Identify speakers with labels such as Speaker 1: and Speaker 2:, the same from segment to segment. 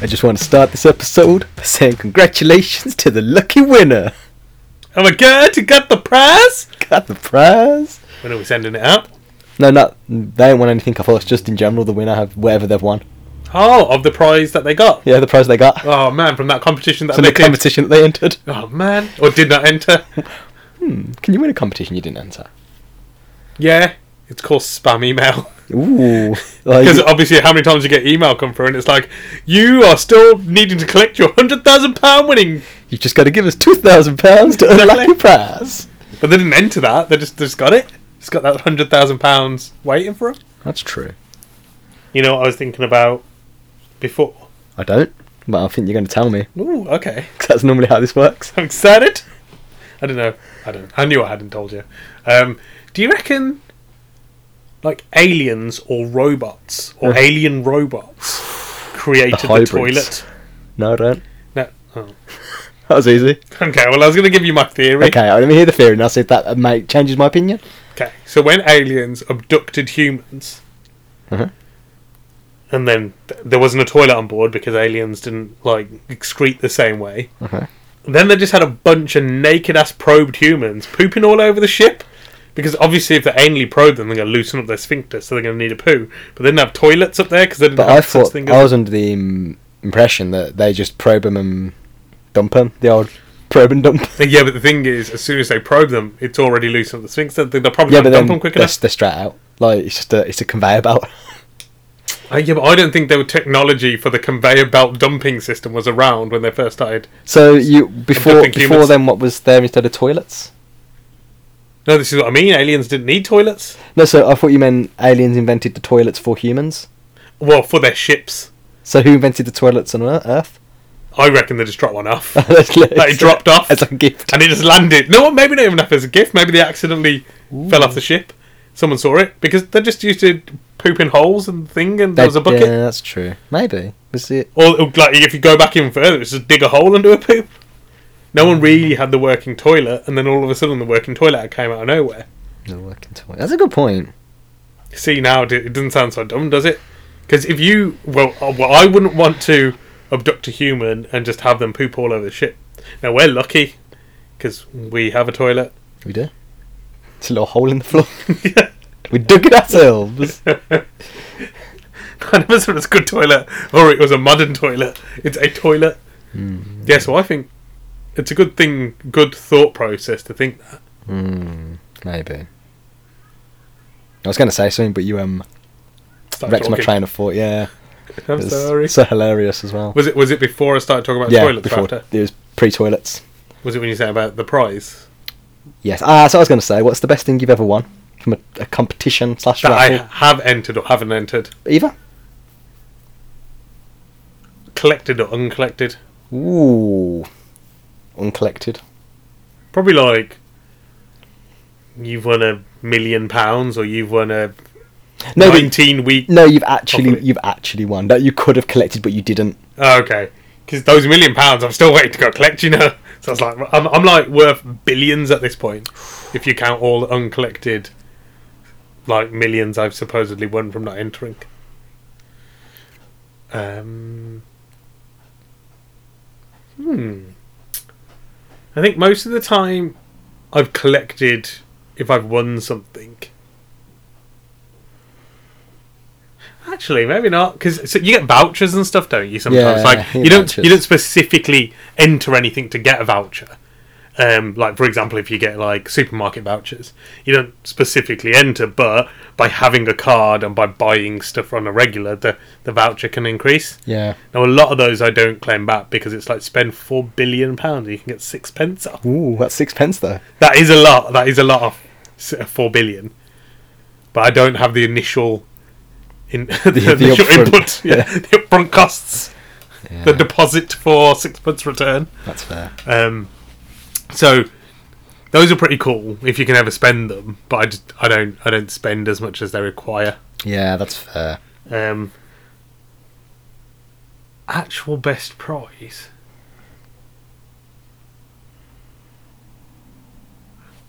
Speaker 1: I just want to start this episode by saying congratulations to the lucky winner.
Speaker 2: Oh my god, you got the prize!
Speaker 1: Got the prize.
Speaker 2: When are we sending it out?
Speaker 1: No, not they don't want anything off us. Just in general, the winner have whatever they've won.
Speaker 2: Oh, of the prize that they got.
Speaker 1: Yeah, the prize they got
Speaker 2: Oh man, from that competition that
Speaker 1: from
Speaker 2: they
Speaker 1: the competition that they entered.
Speaker 2: did. Oh man, or did not enter.
Speaker 1: Hmm, can you win a competition you didn't enter?
Speaker 2: Yeah, it's called spam email.
Speaker 1: Ooh,
Speaker 2: Because
Speaker 1: like,
Speaker 2: obviously, how many times you get email come through, and it's like you are still needing to collect your hundred thousand pound winning,
Speaker 1: you just got to give us two thousand pounds to unlock your prize.
Speaker 2: but they didn't enter that. They just they just got it. It's got that hundred thousand pounds waiting for them.
Speaker 1: That's true.
Speaker 2: You know what I was thinking about before.
Speaker 1: I don't, but I think you're going to tell me.
Speaker 2: Ooh, okay.
Speaker 1: 'cause that's normally how this works.
Speaker 2: I'm excited. I don't know. I don't. I knew I hadn't told you. Um, do you reckon, like aliens or robots or
Speaker 1: Yeah.
Speaker 2: alien robots created the,
Speaker 1: hybrids.
Speaker 2: toilet?
Speaker 1: No, I don't.
Speaker 2: No. Oh.
Speaker 1: That was easy.
Speaker 2: Okay. Well, I was going to give you my theory.
Speaker 1: Okay, let me hear the theory and I'll see if that uh, may, changes my opinion.
Speaker 2: Okay, so when aliens abducted humans,
Speaker 1: Mhm.
Speaker 2: and then th- there wasn't a toilet on board because aliens didn't like excrete the same way.
Speaker 1: Okay.
Speaker 2: Then they just had a bunch of naked ass probed humans pooping all over the ship. Because obviously, if they anally probe them, they're going to loosen up their sphincter, so they're going to need a poo. But they didn't have toilets up there because they didn't
Speaker 1: But
Speaker 2: have
Speaker 1: I
Speaker 2: such
Speaker 1: thought
Speaker 2: thing
Speaker 1: I
Speaker 2: as.
Speaker 1: was under the um, impression that they just probe them and dump them. The old probe and dump.
Speaker 2: Yeah, but the thing is, as soon as they probe them, it's already loosened up the sphincter. They're probably
Speaker 1: yeah,
Speaker 2: going to
Speaker 1: but
Speaker 2: dump
Speaker 1: then
Speaker 2: them quick
Speaker 1: they're,
Speaker 2: enough.
Speaker 1: they're straight out. Like it's just a it's a conveyor belt.
Speaker 2: Uh, yeah, but I don't think there were technology for the conveyor belt dumping system was around when they first started.
Speaker 1: So you before
Speaker 2: dumping
Speaker 1: before
Speaker 2: humans.
Speaker 1: then what was there instead of toilets?
Speaker 2: No, this is what I mean. Aliens didn't need toilets.
Speaker 1: No, so I thought you meant aliens invented the toilets for humans.
Speaker 2: Well, for their ships,
Speaker 1: So who invented the toilets on Ear- Earth?
Speaker 2: I reckon they just dropped one off.
Speaker 1: That's
Speaker 2: that it dropped off
Speaker 1: as a gift.
Speaker 2: and it just landed. No, maybe not even up as a gift. Maybe they accidentally fell off the ship. Someone saw it because they're just used to poop in holes and thing, and there was a
Speaker 1: That-
Speaker 2: bucket.
Speaker 1: Yeah, that's true. Maybe was it?
Speaker 2: Or like if you go back even further, it's just dig a hole and do a poop. No one really had the working toilet, and then all of a sudden the working toilet came out of nowhere.
Speaker 1: No working toilet. That's a good point.
Speaker 2: See now, it it doesn't sound so dumb, does it? Because if you, well, uh, well, I wouldn't want to abduct a human and just have them poop all over the ship. Now we're lucky because we have a toilet.
Speaker 1: We do. It's a little hole in the floor. We dug it ourselves.
Speaker 2: I never said it was a good toilet or it was a modern toilet. It's a toilet.
Speaker 1: Mm.
Speaker 2: Yeah, so I think it's a good thing, good thought process to think that.
Speaker 1: Mm, maybe. I was going to say something, but you um
Speaker 2: Start
Speaker 1: wrecked my
Speaker 2: talking.
Speaker 1: train of thought. Yeah,
Speaker 2: I'm
Speaker 1: It was
Speaker 2: sorry.
Speaker 1: so hilarious as well.
Speaker 2: Was it was it before I started talking about
Speaker 1: yeah,
Speaker 2: toilets?
Speaker 1: before
Speaker 2: After?
Speaker 1: it was pre-toilets.
Speaker 2: Was it when you said about the prize?
Speaker 1: Yes. Ah, so I was going to say, what's the best thing you've ever won from a, a competition slash
Speaker 2: That I
Speaker 1: raffle?
Speaker 2: have entered or haven't entered.
Speaker 1: Either.
Speaker 2: collected or uncollected.
Speaker 1: Ooh, uncollected.
Speaker 2: Probably like you've won a million pounds or you've won a
Speaker 1: No, but-
Speaker 2: nineteen week.
Speaker 1: no, you've actually
Speaker 2: Hopefully.
Speaker 1: you've actually won that you could have collected, but you didn't.
Speaker 2: Oh, okay, because those million pounds, I'm still waiting to go collect. You know, so it's like I'm, I'm like worth billions at this point if you count all the uncollected like millions I've supposedly won from not entering. Um. Hmm. I think most of the time I've collected if I've won something. Actually, maybe not because so you get vouchers and stuff, don't you? Sometimes,
Speaker 1: Yeah,
Speaker 2: like
Speaker 1: yeah,
Speaker 2: you don't
Speaker 1: vouchers.
Speaker 2: you don't specifically enter anything to get a voucher. Um, like for example, if you get like supermarket vouchers, you don't specifically enter, but by having a card and by buying stuff on a regular, the the voucher can increase.
Speaker 1: Yeah.
Speaker 2: Now, a lot of those I don't claim back because it's like spend four billion pounds, you can get six pence off.
Speaker 1: Ooh, that's sixpence though.
Speaker 2: That is a lot. uh, That is a lot of s- four billion. But I don't have the initial in the,
Speaker 1: the
Speaker 2: initial
Speaker 1: upfront.
Speaker 2: input, yeah,
Speaker 1: Yeah.
Speaker 2: the upfront costs,
Speaker 1: Yeah,
Speaker 2: the deposit for six months return.
Speaker 1: that's fair.
Speaker 2: Um, so those are pretty cool if you can ever spend them, but I, just, I don't I don't spend as much as they require.
Speaker 1: Yeah, that's fair.
Speaker 2: Um, actual best prize.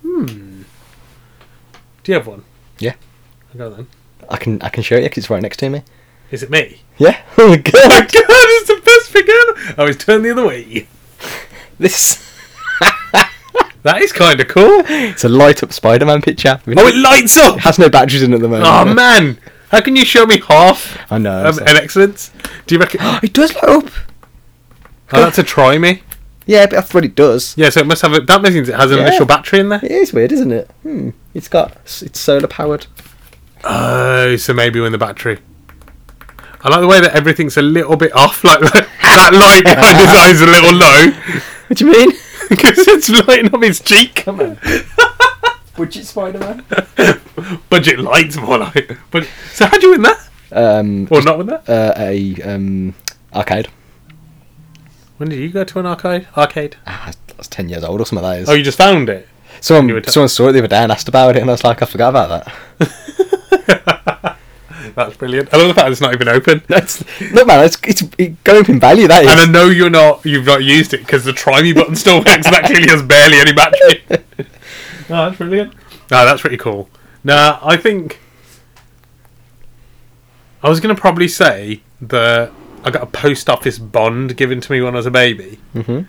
Speaker 2: Hmm. Do you have one?
Speaker 1: Yeah.
Speaker 2: I go then.
Speaker 1: I can I can show it you 'cause it's right next to me.
Speaker 2: Is it me?
Speaker 1: Yeah. Oh my
Speaker 2: Oh my god,
Speaker 1: god.
Speaker 2: it's the best thing ever! I was turned the other way.
Speaker 1: This
Speaker 2: That is kind of cool.
Speaker 1: it's a light up Spider-Man picture.
Speaker 2: Oh, it lights up!
Speaker 1: It has no batteries in it at the moment.
Speaker 2: Oh man, how can you show me half
Speaker 1: I know. I'm
Speaker 2: um,
Speaker 1: sorry.
Speaker 2: an excellence? Do you reckon? Oh,
Speaker 1: it does light up.
Speaker 2: that's a try me.
Speaker 1: Yeah, but that's what it does.
Speaker 2: Yeah, so it must have a, that means it has an
Speaker 1: Yeah.
Speaker 2: initial battery in there.
Speaker 1: It is weird, isn't it? Hmm. It's got it's solar powered.
Speaker 2: Oh, so maybe when the battery. I like the way that everything's a little bit off. Like that light behind his eyes a little low
Speaker 1: What do you mean?
Speaker 2: because it's lighting up his cheek.
Speaker 1: Budget Spider-Man.
Speaker 2: Budget lights more like. But so how do you win that?
Speaker 1: Um,
Speaker 2: Or not win that?
Speaker 1: uh, a um, arcade.
Speaker 2: When did you go to an arcade? Arcade?
Speaker 1: Ah, that's ten years old or something. That is.
Speaker 2: Oh, you just found it. you were
Speaker 1: someone
Speaker 2: t-
Speaker 1: someone saw it the other day and asked about it, and I was like, I forgot about that.
Speaker 2: That's brilliant. I love the fact it's not even open.
Speaker 1: That's look, man. It's it's it going up in value. That is.
Speaker 2: And I know you're not, you've not used it because the try me button still works. and that clearly has barely any battery. no, that's brilliant. No, that's pretty cool. Nah, I think I was gonna probably say that I got a post office bond given to me when I was a baby,
Speaker 1: Mhm.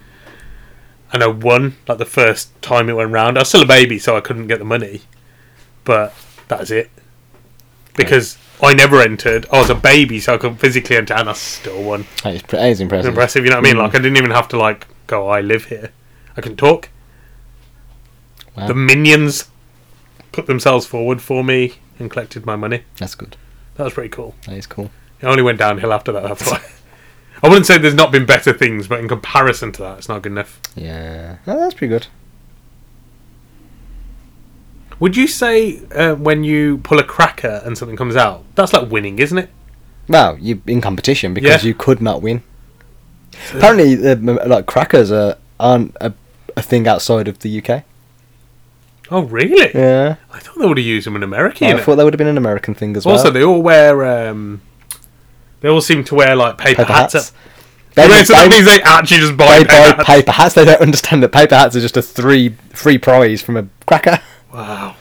Speaker 2: and I won like the first time it went round. I was still a baby, so I couldn't get the money, but that's it because I never entered. I was a baby, so I couldn't physically enter, and I still won
Speaker 1: That is, pre- that is impressive.
Speaker 2: impressive. You know what I mean? Like I didn't even have to like go. I live here. I can talk.
Speaker 1: Wow.
Speaker 2: The minions put themselves forward for me and collected my money.
Speaker 1: That's good.
Speaker 2: That was pretty cool.
Speaker 1: That is cool.
Speaker 2: It only went downhill after that. That's why. I wouldn't say there's not been better things, but in comparison to that, it's not good enough.
Speaker 1: Yeah, Oh, that's pretty good.
Speaker 2: Would you say uh, when you pull a cracker and something comes out, that's like winning, isn't it?
Speaker 1: Well, you in competition because
Speaker 2: Yeah.
Speaker 1: you could not win. Apparently, the, m- like crackers are, aren't a, a thing outside of the UK.
Speaker 2: Oh, really?
Speaker 1: Yeah,
Speaker 2: I thought they would have used them in America. you
Speaker 1: I
Speaker 2: know.
Speaker 1: thought that would have been an American thing as well.
Speaker 2: Also, they all wear. Um, they all seem to wear like paper,
Speaker 1: paper
Speaker 2: hats.
Speaker 1: hats.
Speaker 2: at-
Speaker 1: They,
Speaker 2: Yeah, so that
Speaker 1: they-
Speaker 2: means they actually just buy
Speaker 1: they
Speaker 2: paper
Speaker 1: buy
Speaker 2: hats.
Speaker 1: paper hats. They don't understand that paper hats are just a three free prize from a cracker.
Speaker 2: Wow.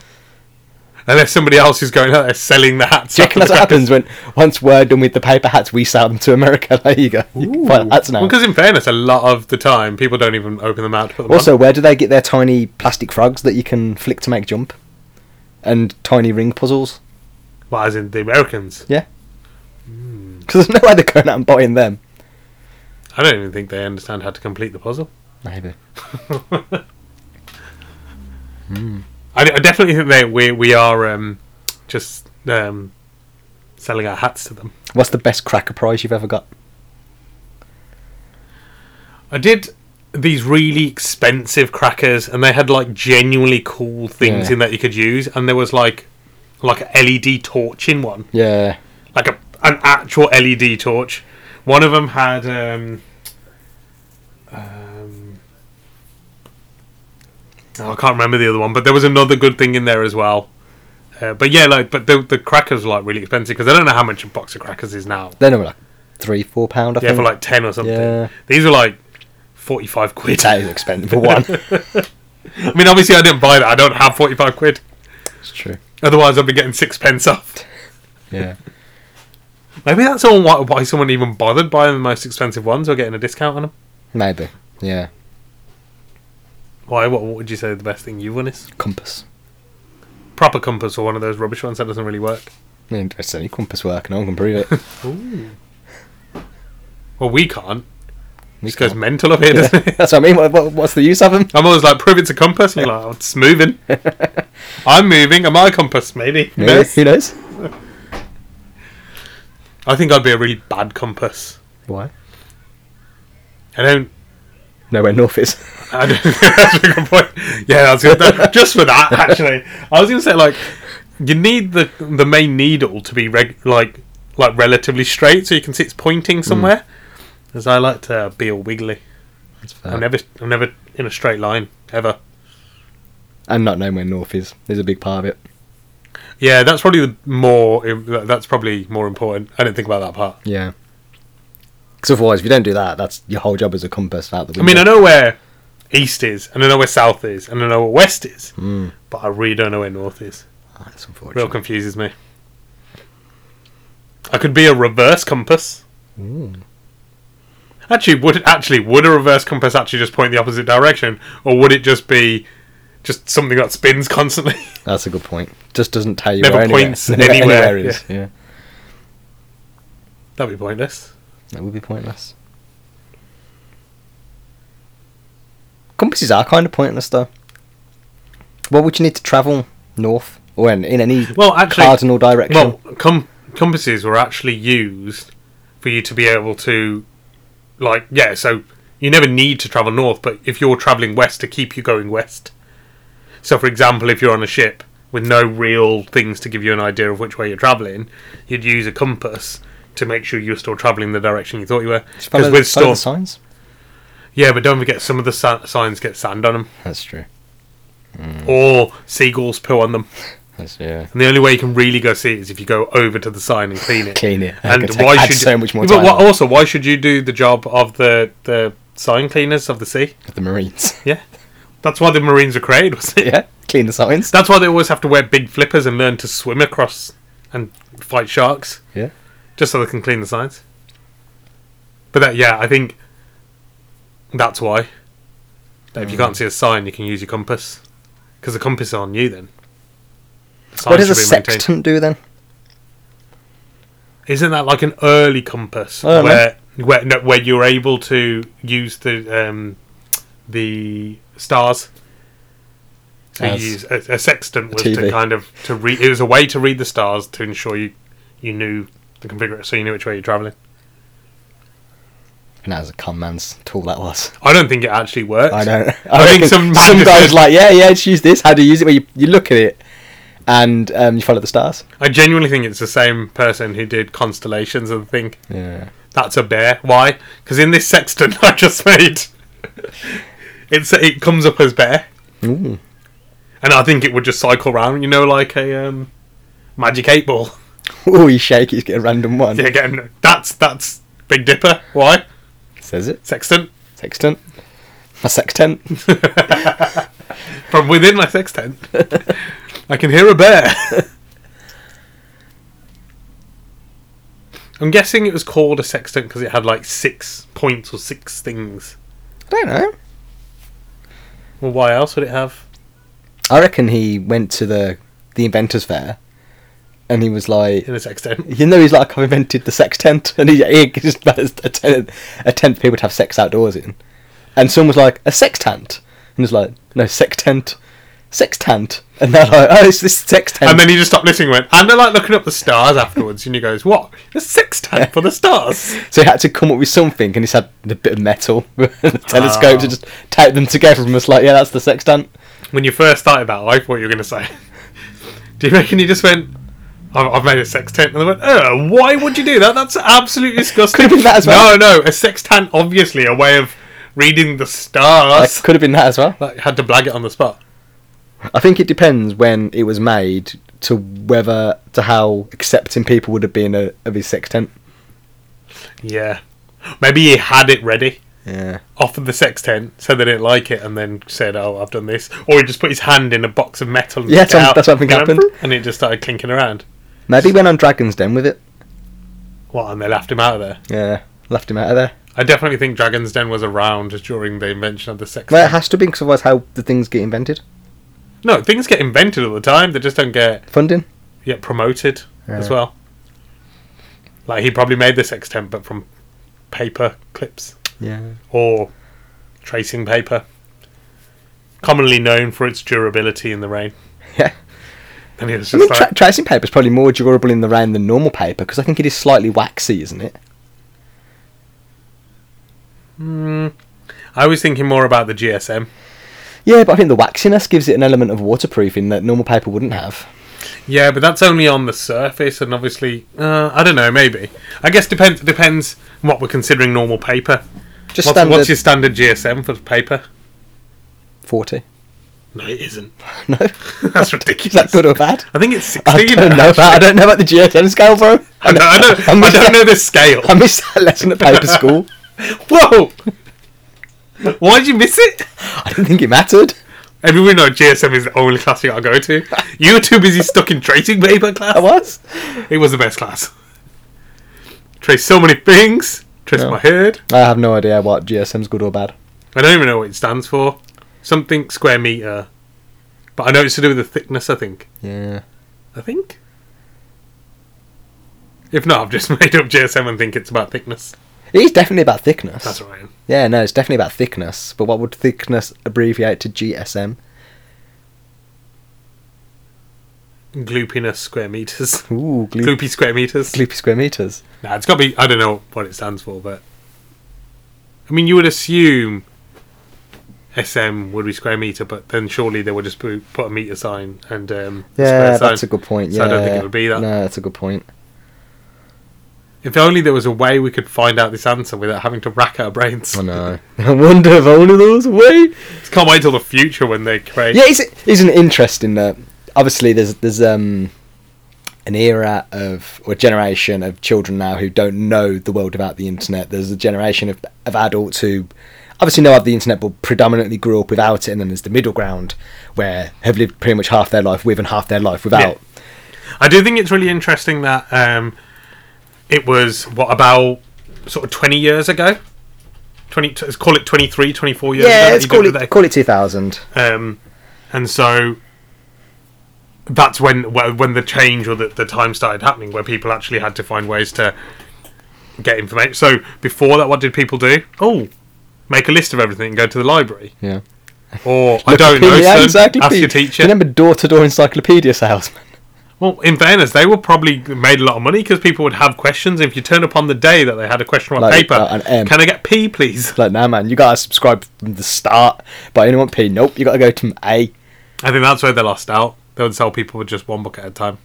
Speaker 2: Unless somebody else is going out there selling the hats.
Speaker 1: Do you reckon that's what happens when once we're done with the paper hats, we sell them to America? There you go. You can buy hats now.
Speaker 2: Because in fairness, a lot of the time people don't even open them out to put them
Speaker 1: Also, where do they get their tiny plastic frogs that you can flick to make jump? And tiny ring puzzles?
Speaker 2: on. Well, as in the Americans.
Speaker 1: Because there's no way they're going out and buying them.
Speaker 2: I don't even think they understand how to complete the puzzle.
Speaker 1: Maybe.
Speaker 2: I, I definitely think they we we are um, just um, selling our hats to them.
Speaker 1: What's the best cracker prize you've ever got?
Speaker 2: I did these really expensive crackers, and they had like genuinely cool things
Speaker 1: Yeah.
Speaker 2: in that you could use, and there was like like a LED torch in one.
Speaker 1: Yeah.
Speaker 2: like a an actual LED torch. One of them had um, um oh, I can't remember the other one, but there was another good thing in there as well. Uh, but yeah, like but the the crackers were like really expensive because I don't know how much a box of crackers is now.
Speaker 1: They're normally like three, four pound, I
Speaker 2: Yeah,
Speaker 1: think.
Speaker 2: for like ten or something.
Speaker 1: Yeah.
Speaker 2: These were like forty five quid.
Speaker 1: That is expensive for one.
Speaker 2: I mean, obviously I didn't buy that. I don't have forty five quid.
Speaker 1: it's true.
Speaker 2: Otherwise, I'd be getting sixpence off.
Speaker 1: Yeah.
Speaker 2: Maybe that's all why, why someone even bothered buying the most expensive ones or getting a discount on them.
Speaker 1: Maybe. Yeah.
Speaker 2: Why? What, what would you say the best thing you've won is?
Speaker 1: Compass.
Speaker 2: Proper compass or one of those rubbish ones that doesn't really work.
Speaker 1: I mean, it's any compass work, no one can prove it.
Speaker 2: Well, we can't.
Speaker 1: We
Speaker 2: This goes
Speaker 1: can't.
Speaker 2: mental up here,
Speaker 1: Yeah.
Speaker 2: doesn't it?
Speaker 1: That's what I mean. What, what, what's the use of them?
Speaker 2: I'm always like, prove it's a compass. And you're like, oh, it's moving. I'm moving. Am I a compass? Maybe. Who knows?
Speaker 1: Who knows?
Speaker 2: I think I'd be a really bad compass.
Speaker 1: Why?
Speaker 2: I don't.
Speaker 1: Nowhere north is.
Speaker 2: I don't that's a good point. Yeah, that's good. That- just for that, actually, I was going to say like, you need the the main needle to be reg- like like relatively straight, so you can see it's pointing somewhere. As I like to be all wiggly.
Speaker 1: That's fair.
Speaker 2: I'm never, I'm never in a straight line ever.
Speaker 1: and not knowing where north is is a big part of it.
Speaker 2: Yeah, that's probably the more. That's probably more important. I didn't think about that part.
Speaker 1: Yeah. Because otherwise, if you don't do that, that's your whole job as a compass out the
Speaker 2: I
Speaker 1: window.
Speaker 2: mean, I know where east is, and I know where south is, and I know where west is,
Speaker 1: Mm.
Speaker 2: but I really don't know where north is.
Speaker 1: Oh, that's
Speaker 2: Real
Speaker 1: unfortunate.
Speaker 2: confuses me. I could be a reverse compass.
Speaker 1: Mm.
Speaker 2: Actually, would actually would a reverse compass actually just point the opposite direction, or would it just be just something that spins constantly?
Speaker 1: That's a good point. Just doesn't tell you
Speaker 2: Never
Speaker 1: where anywhere-
Speaker 2: points
Speaker 1: where
Speaker 2: anywhere,
Speaker 1: is. Yeah.
Speaker 2: That'd be pointless.
Speaker 1: that would be pointless. Compasses are kind of pointless, though. What would you need to travel north or in, in any
Speaker 2: Well, actually,
Speaker 1: cardinal direction?
Speaker 2: well, com- compasses were actually used for you to be able to, like, yeah. So you never need to travel north, but if you're traveling west to keep you going west. So, for example, if you're on a ship with no real things to give you an idea of which way you're traveling, you'd use a compass to make sure you're still traveling the direction you thought you were.
Speaker 1: Just follow,
Speaker 2: Because with
Speaker 1: follow the
Speaker 2: storm,
Speaker 1: signs.
Speaker 2: yeah, but don't forget some of the sa- signs get sand on them,
Speaker 1: That's true.
Speaker 2: or seagulls poo on them.
Speaker 1: That's yeah.
Speaker 2: And the only way you can really go see it is if you go over to the sign and clean it.
Speaker 1: Clean it.
Speaker 2: And
Speaker 1: That could
Speaker 2: why
Speaker 1: take- add
Speaker 2: should you,
Speaker 1: so much more
Speaker 2: But
Speaker 1: time?
Speaker 2: why- also, why should you do the job of the the sign cleaners of the sea?
Speaker 1: The Marines.
Speaker 2: Yeah, that's why the Marines were created. Was it?
Speaker 1: yeah. Clean the signs.
Speaker 2: That's why they always have to wear big flippers and learn to swim across and fight sharks.
Speaker 1: Yeah.
Speaker 2: just so they can clean the signs. But that, yeah, I think that's why. That if you
Speaker 1: Mm.
Speaker 2: can't see a sign, you can use your compass because the compass is on you. Then The sign
Speaker 1: What does a
Speaker 2: should be maintained.
Speaker 1: sextant do then?
Speaker 2: Isn't that like an early compass
Speaker 1: I don't know.
Speaker 2: where where no, where you're able to use the um, the stars? So you
Speaker 1: As
Speaker 2: use a, a sextant was to
Speaker 1: TV.
Speaker 2: kind of to read. It was a way to read the stars to ensure you you knew the configuration, so you knew which way you're traveling.
Speaker 1: And that was a con man's tool that was.
Speaker 2: I don't think it actually works.
Speaker 1: I
Speaker 2: I
Speaker 1: know. I, don't
Speaker 2: think
Speaker 1: think
Speaker 2: some
Speaker 1: some,
Speaker 2: man just
Speaker 1: guys
Speaker 2: said-
Speaker 1: like, yeah, yeah, just use this. How do you use it? Where you, you look at it and um, you follow the stars.
Speaker 2: I genuinely think it's the same person who did constellations and think
Speaker 1: Yeah.
Speaker 2: that's a bear. Why? Because in this sextant I just made, it's it comes up as bear.
Speaker 1: Ooh.
Speaker 2: and I think it would just cycle round, you know, like a um, magic eight ball.
Speaker 1: Ooh, Oh, you shake it, you get a random one.
Speaker 2: Yeah, again, that's that's Big Dipper. Why
Speaker 1: Says it.
Speaker 2: sextant
Speaker 1: Sextant. A sextant.
Speaker 2: from within my sextant? I can hear a bear. I'm guessing it was called a sextant because it had like six points or six things.
Speaker 1: I don't know.
Speaker 2: Well, why else would it have?
Speaker 1: I reckon he went to the the inventors fair, and he was like,
Speaker 2: In a sextant.
Speaker 1: you know, he's like, I invented the sextant, and he, he just a tenth, a tenth people to have sex outdoors in, and someone was like, a sextant, and he's like, no, sextant, sextant, and they're like, oh, it's this sextant.
Speaker 2: And then he just stopped listening and went, and they're like looking up the stars afterwards, and he goes, What? The sextant for the stars?
Speaker 1: so he had to come up with something, and he had a bit of metal, and a telescope to
Speaker 2: Oh.
Speaker 1: just tape them together, and was like, yeah, that's the sextant.
Speaker 2: when you first started that, I thought you were going to say, "Do you reckon you just went?" I've, I've made a sextant, and they went, "Oh, why would you do that? That's absolutely disgusting."
Speaker 1: Could have been that as well.
Speaker 2: No, no, a sextant, obviously, a way of reading the
Speaker 1: That
Speaker 2: stars.
Speaker 1: could have been that as well.
Speaker 2: Like, had to blag it on the spot.
Speaker 1: I think it depends when it was made to whether to how accepting people would have been of, of his sextant.
Speaker 2: Yeah, maybe he had it ready.
Speaker 1: Yeah.
Speaker 2: Offered the sextant, said they didn't like it, and then said, "Oh, I've done this," or he just put his hand in a box of metal. And took
Speaker 1: Yeah,
Speaker 2: it
Speaker 1: that's-
Speaker 2: out,
Speaker 1: that's what I think
Speaker 2: and
Speaker 1: happened.
Speaker 2: went, and it just started clinking around.
Speaker 1: Maybe went on Dragon's Den with it.
Speaker 2: What? And they laughed him out of there.
Speaker 1: Yeah. Left him out of there.
Speaker 2: I definitely think Dragon's Den was around during the invention of the sextant.
Speaker 1: Well, it has to be because otherwise, how the things get invented?
Speaker 2: No, things get invented all the time. They just don't get
Speaker 1: Funding.
Speaker 2: get promoted as
Speaker 1: Yeah.
Speaker 2: well. Like he probably made this extent, but from paper clips
Speaker 1: Yeah.
Speaker 2: or tracing paper, commonly known for its durability in the rain.
Speaker 1: Yeah.
Speaker 2: And he was
Speaker 1: I
Speaker 2: just
Speaker 1: mean,
Speaker 2: like,
Speaker 1: tra- tracing paper is probably more durable in the rain than normal paper because I think it is slightly waxy, isn't it?
Speaker 2: "Hmm." I was thinking more about the GSM.
Speaker 1: Yeah, but I think the waxiness gives it an element of waterproofing that normal paper wouldn't have.
Speaker 2: Yeah, but that's only on the surface, and obviously, uh, I don't know. Maybe I guess depends depends what we're considering normal paper.
Speaker 1: Just
Speaker 2: What's,
Speaker 1: standard
Speaker 2: what's your standard GSM for paper?
Speaker 1: 40.
Speaker 2: No, it isn't.
Speaker 1: No.
Speaker 2: That's
Speaker 1: Is that
Speaker 2: ridiculous.
Speaker 1: good or bad?
Speaker 2: I think it's
Speaker 1: I
Speaker 2: sixteen.
Speaker 1: don't know that. I don't know about the GSM scale, bro.
Speaker 2: I don't, I don't,
Speaker 1: I
Speaker 2: I don't
Speaker 1: missed that-
Speaker 2: know the scale.
Speaker 1: I missed that lesson at paper school.
Speaker 2: Whoa! Why did you miss it?
Speaker 1: I didn't think it mattered.
Speaker 2: Everyone knows GSM is the only class you gotta go to. You were too busy stuck in tracing paper
Speaker 1: I
Speaker 2: class.
Speaker 1: was.
Speaker 2: It was the best class. Trace so many things. Trace
Speaker 1: Yeah.
Speaker 2: my head.
Speaker 1: I have no idea what GSM's good or bad.
Speaker 2: I don't even know what it stands for. Something square meter. But I know it's to do with the thickness, I think.
Speaker 1: Yeah.
Speaker 2: I think? If not, I've just made up GSM and think it's about thickness.
Speaker 1: It is definitely about thickness.
Speaker 2: That's right.
Speaker 1: Yeah, no, it's definitely about thickness. But what would thickness abbreviate to GSM?
Speaker 2: Gloopiness square meters.
Speaker 1: Ooh, gloop-
Speaker 2: Gloopy square meters.
Speaker 1: gloopy square meters.
Speaker 2: Nah, it's got to be. I don't know what it stands for, but I mean, you would assume SM would be square meter, but then surely they would just pu- put a meter sign and um,
Speaker 1: Yeah,
Speaker 2: square sign.
Speaker 1: that's a good point. Yeah,
Speaker 2: So I don't think it'll be that.
Speaker 1: No, that's a good point.
Speaker 2: if only there was a way we could find out this answer without having to rack our brains.
Speaker 1: I know. Oh, I wonder if only those way.
Speaker 2: Can't wait till the future when they create.
Speaker 1: Yeah, is it isn't it interesting that obviously there's there's um an era of or generation of children now who don't know the world about the internet. There's a generation of, of adults who obviously know of the internet but predominantly grew up without it and then there's the middle ground where have lived pretty much half their life with and half their life without.
Speaker 2: I do think it's really interesting that um, it was what about sort of twenty years ago. 20, t- let's call it 23, 24 years
Speaker 1: Yeah,
Speaker 2: ago. that
Speaker 1: let's
Speaker 2: you
Speaker 1: call
Speaker 2: got
Speaker 1: it
Speaker 2: that-
Speaker 1: call it two thousand.
Speaker 2: um, and so that's when wh- when the change or the, the time started happening where people actually had to find ways to get information so before that what did people do oh make a list of everything and go to the library
Speaker 1: Yeah.
Speaker 2: or i don't know
Speaker 1: Yeah,
Speaker 2: son, ask
Speaker 1: encyclopedia.
Speaker 2: your
Speaker 1: Do
Speaker 2: teacher
Speaker 1: you remember door to door encyclopedia salesman?
Speaker 2: well in fairness they were probably made a lot of money because people would have questions if you turn up on the day that they had a question on
Speaker 1: Like-
Speaker 2: paper
Speaker 1: like an M.
Speaker 2: can i get p please
Speaker 1: It's like, nah man, you gotta subscribe from the start. But I only want P. Nope, you gotta go to A.
Speaker 2: i think that's where they lost out they would sell people with just one book at a time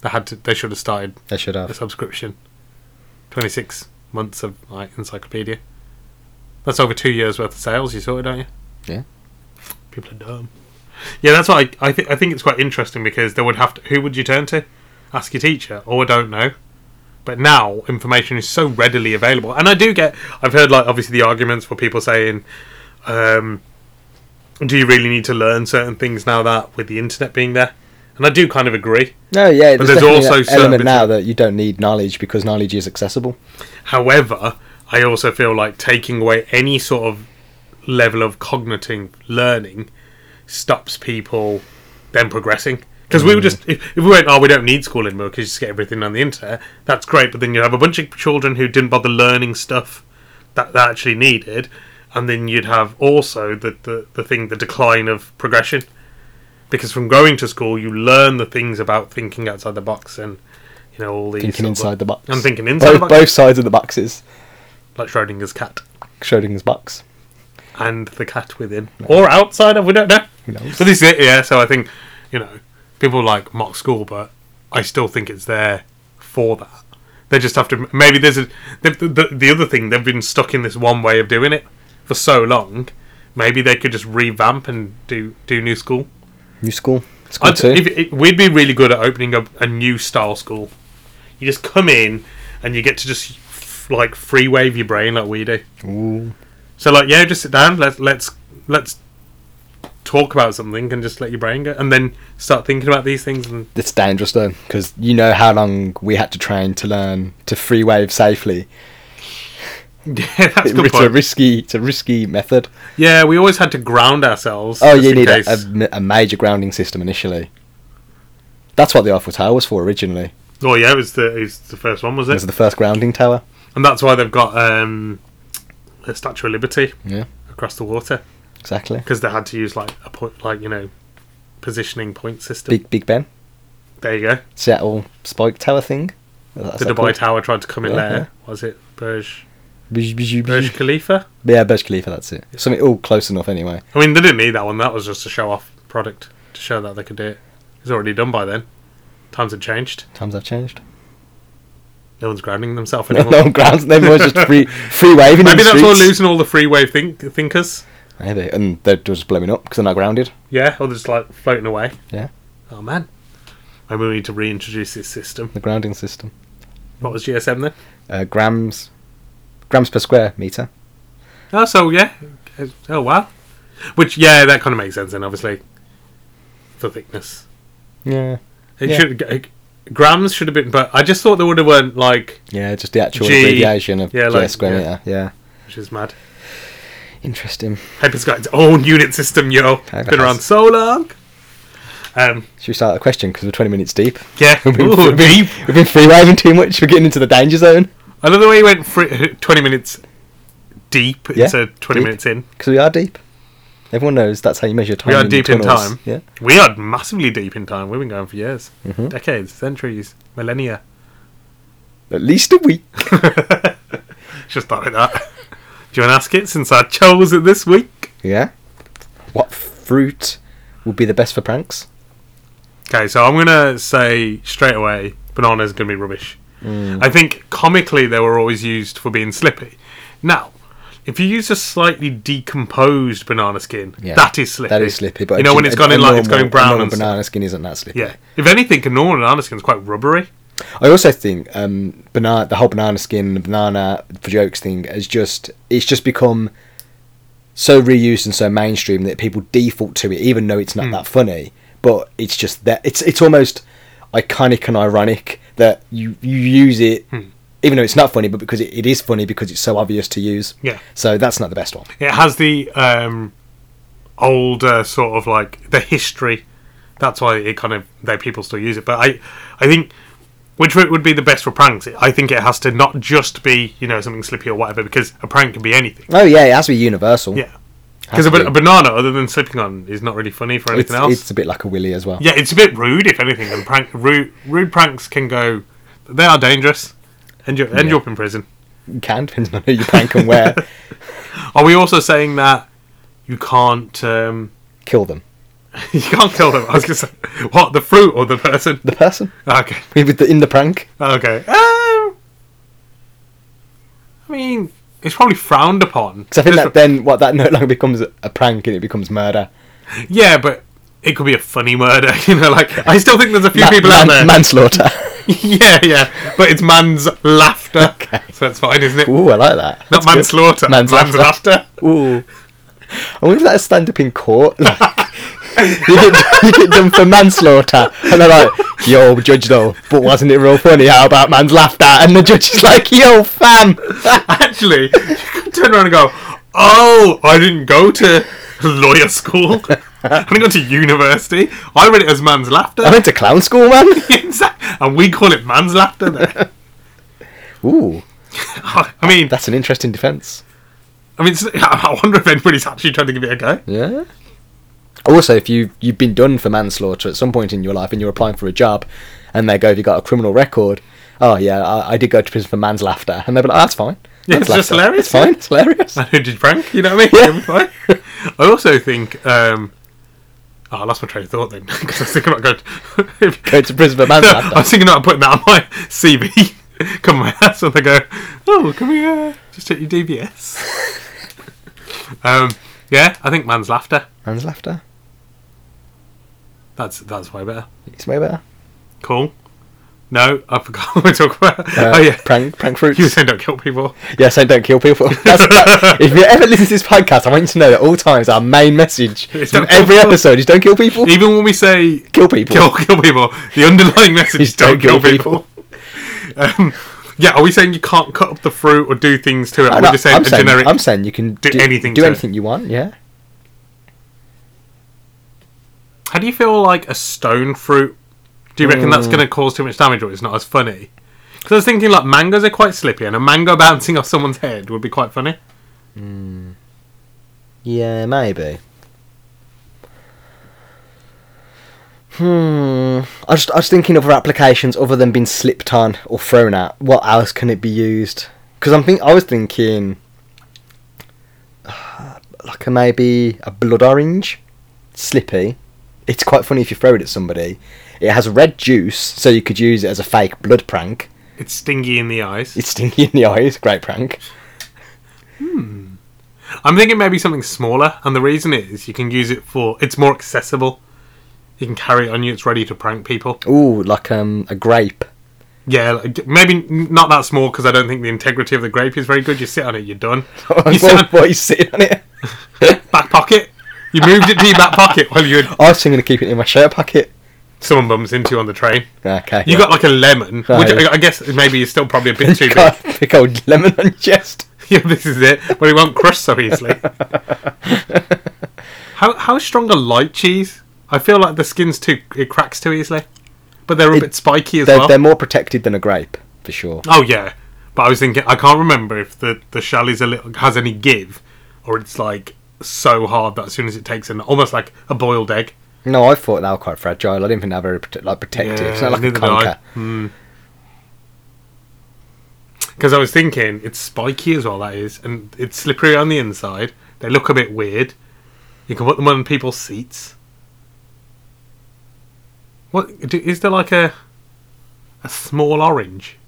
Speaker 2: they had to they should have started
Speaker 1: I should
Speaker 2: a
Speaker 1: have.
Speaker 2: subscription. 26 months of like encyclopedia. That's over two years worth of sales, you saw it, don't you?
Speaker 1: Yeah.
Speaker 2: People are dumb. Yeah, that's why I, I, th- I think it's quite interesting because they would have to. Who would you turn to? Ask your teacher, or I don't know. But now information is so readily available, and I do get. I've heard like obviously the arguments for people saying, um, "Do you really need to learn certain things now that with the internet being there?" And I do kind of agree.
Speaker 1: No, yeah,
Speaker 2: But there's
Speaker 1: there's, definitely
Speaker 2: also
Speaker 1: also
Speaker 2: certain
Speaker 1: element
Speaker 2: bits
Speaker 1: now
Speaker 2: of-
Speaker 1: that you don't need knowledge because knowledge is accessible.
Speaker 2: However, I also feel like taking away any sort of level of cognitive learning stops people then progressing. Because
Speaker 1: Mm.
Speaker 2: we were just, if, if we went, oh, we don't need school anymore because you just get everything on the internet, that's great. But then you have a bunch of children who didn't bother learning stuff that they actually needed. And then you'd have also the, the, the thing, the decline of progression. Because from going to school, you learn the things about thinking outside the box and, you know, all these.
Speaker 1: Thinking
Speaker 2: sort of-
Speaker 1: inside the box.
Speaker 2: I'm thinking
Speaker 1: both,
Speaker 2: inside the box.
Speaker 1: both sides of the boxes.
Speaker 2: Like Schrodinger's cat.
Speaker 1: Schrodinger's box.
Speaker 2: and the cat within or outside of we don't know.
Speaker 1: knows?
Speaker 2: So this is it, yeah. So I think you know people like mock school, but I still think it's there for that. They just have to maybe there's a the, the, the other thing they've been stuck in this one way of doing it for so long. Maybe they could just revamp and do do new school.
Speaker 1: New school. School
Speaker 2: I'd,
Speaker 1: two.
Speaker 2: if, if, we'd be really good at opening up a new style school. You just come in and you get to just f- like free wave your brain like we do.
Speaker 1: Ooh.
Speaker 2: So like, yeah, just sit down. Let's let's let's talk about something and just let your brain go, and then start thinking about these things. And
Speaker 1: It's dangerous though, because you know how long we had to train to learn to free wave safely.
Speaker 2: yeah, that's a good
Speaker 1: It's a
Speaker 2: point.
Speaker 1: risky, it's a risky method.
Speaker 2: yeah, we always had to ground ourselves.
Speaker 1: Oh,
Speaker 2: just
Speaker 1: you
Speaker 2: in
Speaker 1: need a,
Speaker 2: case.
Speaker 1: a ma- a major grounding system initially. That's what the Eiffel Tower was for originally.
Speaker 2: oh yeah, it was the it was the first one, was
Speaker 1: It
Speaker 2: it?
Speaker 1: was the first grounding tower.
Speaker 2: and that's why they've got um, a Statue of Liberty
Speaker 1: Yeah.
Speaker 2: across the water
Speaker 1: Exactly.
Speaker 2: because they had to use like a point, like you know, positioning point system.
Speaker 1: Big Big Ben,
Speaker 2: There you go.
Speaker 1: Seattle Spike Tower thing. That's
Speaker 2: The Dubai Tower tried to come in
Speaker 1: Yeah,
Speaker 2: there. Was it Burj Burj
Speaker 1: Burj,
Speaker 2: Khalifa?
Speaker 1: yeah, Burj Khalifa. That's it. Something all close enough anyway.
Speaker 2: I mean, they didn't need that one. That was just a show off product to show that they could do it. It's already done by then. Times have changed.
Speaker 1: Times have changed.
Speaker 2: No one's grounding themselves
Speaker 1: No,
Speaker 2: anymore.
Speaker 1: no grounds. Everyone's just free, free waving.
Speaker 2: Maybe
Speaker 1: in the
Speaker 2: that's all
Speaker 1: streets.
Speaker 2: losing all the free wave think- thinkers.
Speaker 1: Maybe, and they're just blowing up because they're not grounded.
Speaker 2: Yeah, or they're just like floating away.
Speaker 1: Yeah.
Speaker 2: Oh man. Maybe we need to reintroduce this system.
Speaker 1: The grounding system.
Speaker 2: What was GSM then?
Speaker 1: Uh, grams, grams per square meter.
Speaker 2: Oh, so yeah. Oh wow. Which yeah, that kind of makes sense then, obviously. For thickness.
Speaker 1: Yeah.
Speaker 2: It
Speaker 1: Yeah.
Speaker 2: should g- grams should have been, but I just thought there would have weren't like,
Speaker 1: Yeah, just the actual
Speaker 2: G.
Speaker 1: abbreviation of
Speaker 2: Yeah,
Speaker 1: yeah,
Speaker 2: like-
Speaker 1: square
Speaker 2: yeah.
Speaker 1: meter. Yeah.
Speaker 2: which is mad.
Speaker 1: Interesting.
Speaker 2: Paper's got its own unit system, yo. It's been around so long. Um,
Speaker 1: Should we start a question? Because we're 20 minutes deep.
Speaker 2: yeah.
Speaker 1: We've been,
Speaker 2: Ooh,
Speaker 1: we've been-
Speaker 2: deep.
Speaker 1: we've been free waving too much. We're getting into the danger zone.
Speaker 2: I love the way you went for twenty minutes deep.
Speaker 1: Yeah,
Speaker 2: It's a twenty
Speaker 1: deep.
Speaker 2: minutes in.
Speaker 1: Because we are deep. Everyone knows that's how you measure time.
Speaker 2: are
Speaker 1: the
Speaker 2: deep in
Speaker 1: tunnels.
Speaker 2: time.
Speaker 1: Yeah.
Speaker 2: We are massively deep in time. We've been going for years,
Speaker 1: Mhm.
Speaker 2: decades, centuries, millennia.
Speaker 1: At least a week.
Speaker 2: Just start with that. Do you want to ask it since I chose it this week?
Speaker 1: Yeah. What fruit would be the best for pranks?
Speaker 2: Okay, so I'm gonna say straight away, banana's gonna be rubbish.
Speaker 1: Mm.
Speaker 2: I think comically they were always used for being slippy. Now, if you use a slightly decomposed banana skin,
Speaker 1: Yeah.
Speaker 2: that is slippy.
Speaker 1: That is slippy, but
Speaker 2: you know
Speaker 1: a-
Speaker 2: when it's
Speaker 1: a-
Speaker 2: gone
Speaker 1: a
Speaker 2: in like it's
Speaker 1: normal-
Speaker 2: going
Speaker 1: a
Speaker 2: brown
Speaker 1: normal
Speaker 2: and stuff.
Speaker 1: banana skin isn't that slippy.
Speaker 2: yeah. If anything, a normal banana skin is quite rubbery.
Speaker 1: I also think um, banana, the whole banana skin, the banana for jokes thing, has just it's just become so reused and so mainstream that people default to it, even though it's
Speaker 2: Hmm.
Speaker 1: not that funny. But it's just that it's it's almost iconic and ironic that you you use it.
Speaker 2: Hmm.
Speaker 1: Even though it's not funny, but because it, it is funny because it's so obvious to use.
Speaker 2: Yeah.
Speaker 1: So that's not the best one.
Speaker 2: It has the um, older sort of like the history. That's why it kind of they people still use it. But I, I think which route would be the best for pranks? I think it has to not just be you know something slippy or whatever because a prank can be anything.
Speaker 1: Oh yeah, it has to be universal.
Speaker 2: Yeah, because
Speaker 1: Has
Speaker 2: a,
Speaker 1: to
Speaker 2: ba-
Speaker 1: be.
Speaker 2: a banana other than slipping on is not really funny for
Speaker 1: it's,
Speaker 2: anything else.
Speaker 1: it's a bit like a willy as well.
Speaker 2: yeah, it's a bit rude if anything. And prank rude, rude pranks can go. They are dangerous. End you, end you up in prison.
Speaker 1: You can depends on who you prank and where.
Speaker 2: Are we also saying that you can't? Um,
Speaker 1: Kill them.
Speaker 2: You can't kill them. I was gonna say, what the fruit or the person?
Speaker 1: The person
Speaker 2: Okay,
Speaker 1: with the, in the prank.
Speaker 2: okay. Um, I mean, it's probably frowned upon.
Speaker 1: Because I think
Speaker 2: Just-
Speaker 1: that then what that no longer becomes a a prank and it becomes murder.
Speaker 2: yeah, but it could be a funny murder. You know, like I still think there's a few
Speaker 1: Ma-
Speaker 2: people
Speaker 1: man-
Speaker 2: out there.
Speaker 1: Manslaughter.
Speaker 2: yeah, yeah, but it's man's laughter.
Speaker 1: Okay.
Speaker 2: So that's fine, isn't it?
Speaker 1: Ooh, I like that.
Speaker 2: Not
Speaker 1: That's good.
Speaker 2: manslaughter. Man's, laughter.
Speaker 1: Ooh. I wonder if that's stand up in court. Like, you, get, you get done for manslaughter, and they're like, "Yo, judge though, but wasn't it real funny? How about man's laughter?" And the judge is like, "Yo, fam."
Speaker 2: Actually, you could turn around and go, "Oh, I didn't go to lawyer school. I didn't go to university. I read it as man's laughter."
Speaker 1: I went to clown school, man.
Speaker 2: Exactly. and we call it man's laughter there.
Speaker 1: Ooh,
Speaker 2: I mean,
Speaker 1: that's an interesting defence.
Speaker 2: I mean, it's- I wonder if anybody's actually trying to give it a go.
Speaker 1: Yeah. Also, if you you've been done for manslaughter at some point in your life and you're applying for a job, and they go, "Have you got a criminal record?" Oh yeah, I, I did go to prison for man's laughter, and they're like, oh, "That's fine."
Speaker 2: Yeah, it's
Speaker 1: Manslaughter.
Speaker 2: just hilarious,
Speaker 1: It's fine. It's hilarious.
Speaker 2: Who did prank? You know what I mean? I also think. Um, oh, I lost my train of thought then because I was thinking about going. To,
Speaker 1: Go to prison for man's
Speaker 2: I was
Speaker 1: laughter.
Speaker 2: thinking about putting that on my CV. Come my ass, and they go, "Oh, can we uh, just check your DBS?" um, yeah, I think man's laughter.
Speaker 1: Man's laughter.
Speaker 2: That's that's way better.
Speaker 1: It's way better.
Speaker 2: Cool. No, I forgot what we talk about.
Speaker 1: Uh,
Speaker 2: oh yeah,
Speaker 1: Prank prank
Speaker 2: You
Speaker 1: fruits.
Speaker 2: saying don't kill people.
Speaker 1: yes, I don't kill people. That's, that- if you ever listen to this podcast, I want you to know that all times our main message
Speaker 2: It's
Speaker 1: from
Speaker 2: don't kill
Speaker 1: every
Speaker 2: people.
Speaker 1: episode is don't kill people.
Speaker 2: Even when we say
Speaker 1: Kill people.
Speaker 2: kill, kill people, the underlying message is
Speaker 1: Is
Speaker 2: don't, kill, people. um, yeah, are we saying you can't cut up the fruit or do things to it?
Speaker 1: I
Speaker 2: We're
Speaker 1: know,
Speaker 2: just saying
Speaker 1: I'm
Speaker 2: a
Speaker 1: saying,
Speaker 2: generic.
Speaker 1: I'm saying you can
Speaker 2: do anything
Speaker 1: do
Speaker 2: to it.
Speaker 1: anything you want. Yeah.
Speaker 2: How do you feel like a stone fruit? Do you reckon
Speaker 1: Mm.
Speaker 2: that's going to cause too much damage or it's not as funny? Because I was thinking like mangoes are quite slippy and a mango bouncing off someone's head would be quite funny.
Speaker 1: Yeah, maybe. Hmm. I just I was thinking of other applications other than being slipped on or thrown at. What else can it be used? Because I'm think I was thinking, uh, like a, maybe a blood orange, slippy, it's quite funny if you throw it at somebody. It has red juice, so you could use it as a fake blood prank.
Speaker 2: It's stingy in the eyes.
Speaker 1: It's stinky in the eyes, great prank.
Speaker 2: I'm thinking maybe something smaller, and the reason is you can use it for. It's more accessible. You can carry it on you. It's ready to prank people.
Speaker 1: Ooh, like um a grape.
Speaker 2: Yeah, like, maybe not that small because I don't think the integrity of the grape is very good. You sit on it, you're done. You sit on
Speaker 1: what, what are you sitting on it?
Speaker 2: back pocket. You moved it to your back pocket while you
Speaker 1: I was thinking of keeping it in my shirt pocket.
Speaker 2: someone bums into you on the train.
Speaker 1: Okay.
Speaker 2: You got like a lemon,
Speaker 1: Oh,
Speaker 2: which
Speaker 1: yeah.
Speaker 2: I I guess maybe is still probably a bit too big.
Speaker 1: got a big old lemon on your chest.
Speaker 2: Yeah, this is it. But it won't crush so easily. how how strong a light cheese? I feel like the skin's too it cracks too easily. But they're a
Speaker 1: It-
Speaker 2: bit spiky as
Speaker 1: They're,
Speaker 2: well.
Speaker 1: they're more protected than a grape for sure.
Speaker 2: Oh yeah, but I was thinking I can't remember if the the shell is a little has any give, or it's like so hard that as soon as it takes an almost like a boiled egg.
Speaker 1: No, I thought they were quite fragile. I didn't think they were very prote- like protected. it's not like a
Speaker 2: neither did I.
Speaker 1: conker.
Speaker 2: Hmm. Because I was thinking, it's spiky as well. That is, and it's slippery on the inside. They look a bit weird. You can put them on people's seats. What do, is there like a a small orange?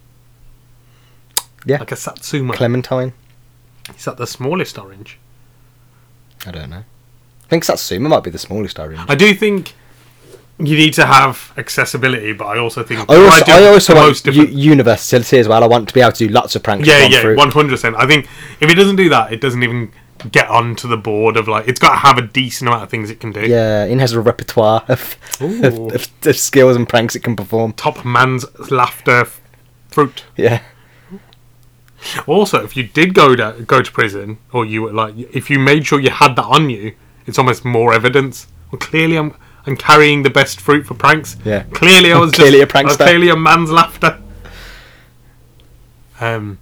Speaker 1: Yeah.
Speaker 2: like a satsuma.
Speaker 1: Clementine.
Speaker 2: is that the smallest orange?
Speaker 1: I don't know. I think Satsuma might be the smallest orange.
Speaker 2: I do think you need to have accessibility, but I also think
Speaker 1: I also,
Speaker 2: do
Speaker 1: I also
Speaker 2: the
Speaker 1: want u- universality as well. I want to be able to do lots of pranks.
Speaker 2: Yeah,
Speaker 1: with one
Speaker 2: yeah,
Speaker 1: fruit.
Speaker 2: one hundred percent. I think if it doesn't do that, it doesn't even get onto the board of like it's got to have a decent amount of things it can do.
Speaker 1: Yeah, it has a repertoire of,
Speaker 2: Ooh.
Speaker 1: of, of, of skills and pranks it can perform.
Speaker 2: Top man's laughter f- fruit.
Speaker 1: Yeah.
Speaker 2: Also, if you did go to go to prison, or you were like, if you made sure you had that on you, it's almost more evidence. Well, clearly, I'm I'm carrying the best fruit for pranks.
Speaker 1: Yeah.
Speaker 2: Clearly, I
Speaker 1: I'm
Speaker 2: was
Speaker 1: clearly
Speaker 2: just,
Speaker 1: a
Speaker 2: I was
Speaker 1: prankster.
Speaker 2: clearly a man's laughter. Um.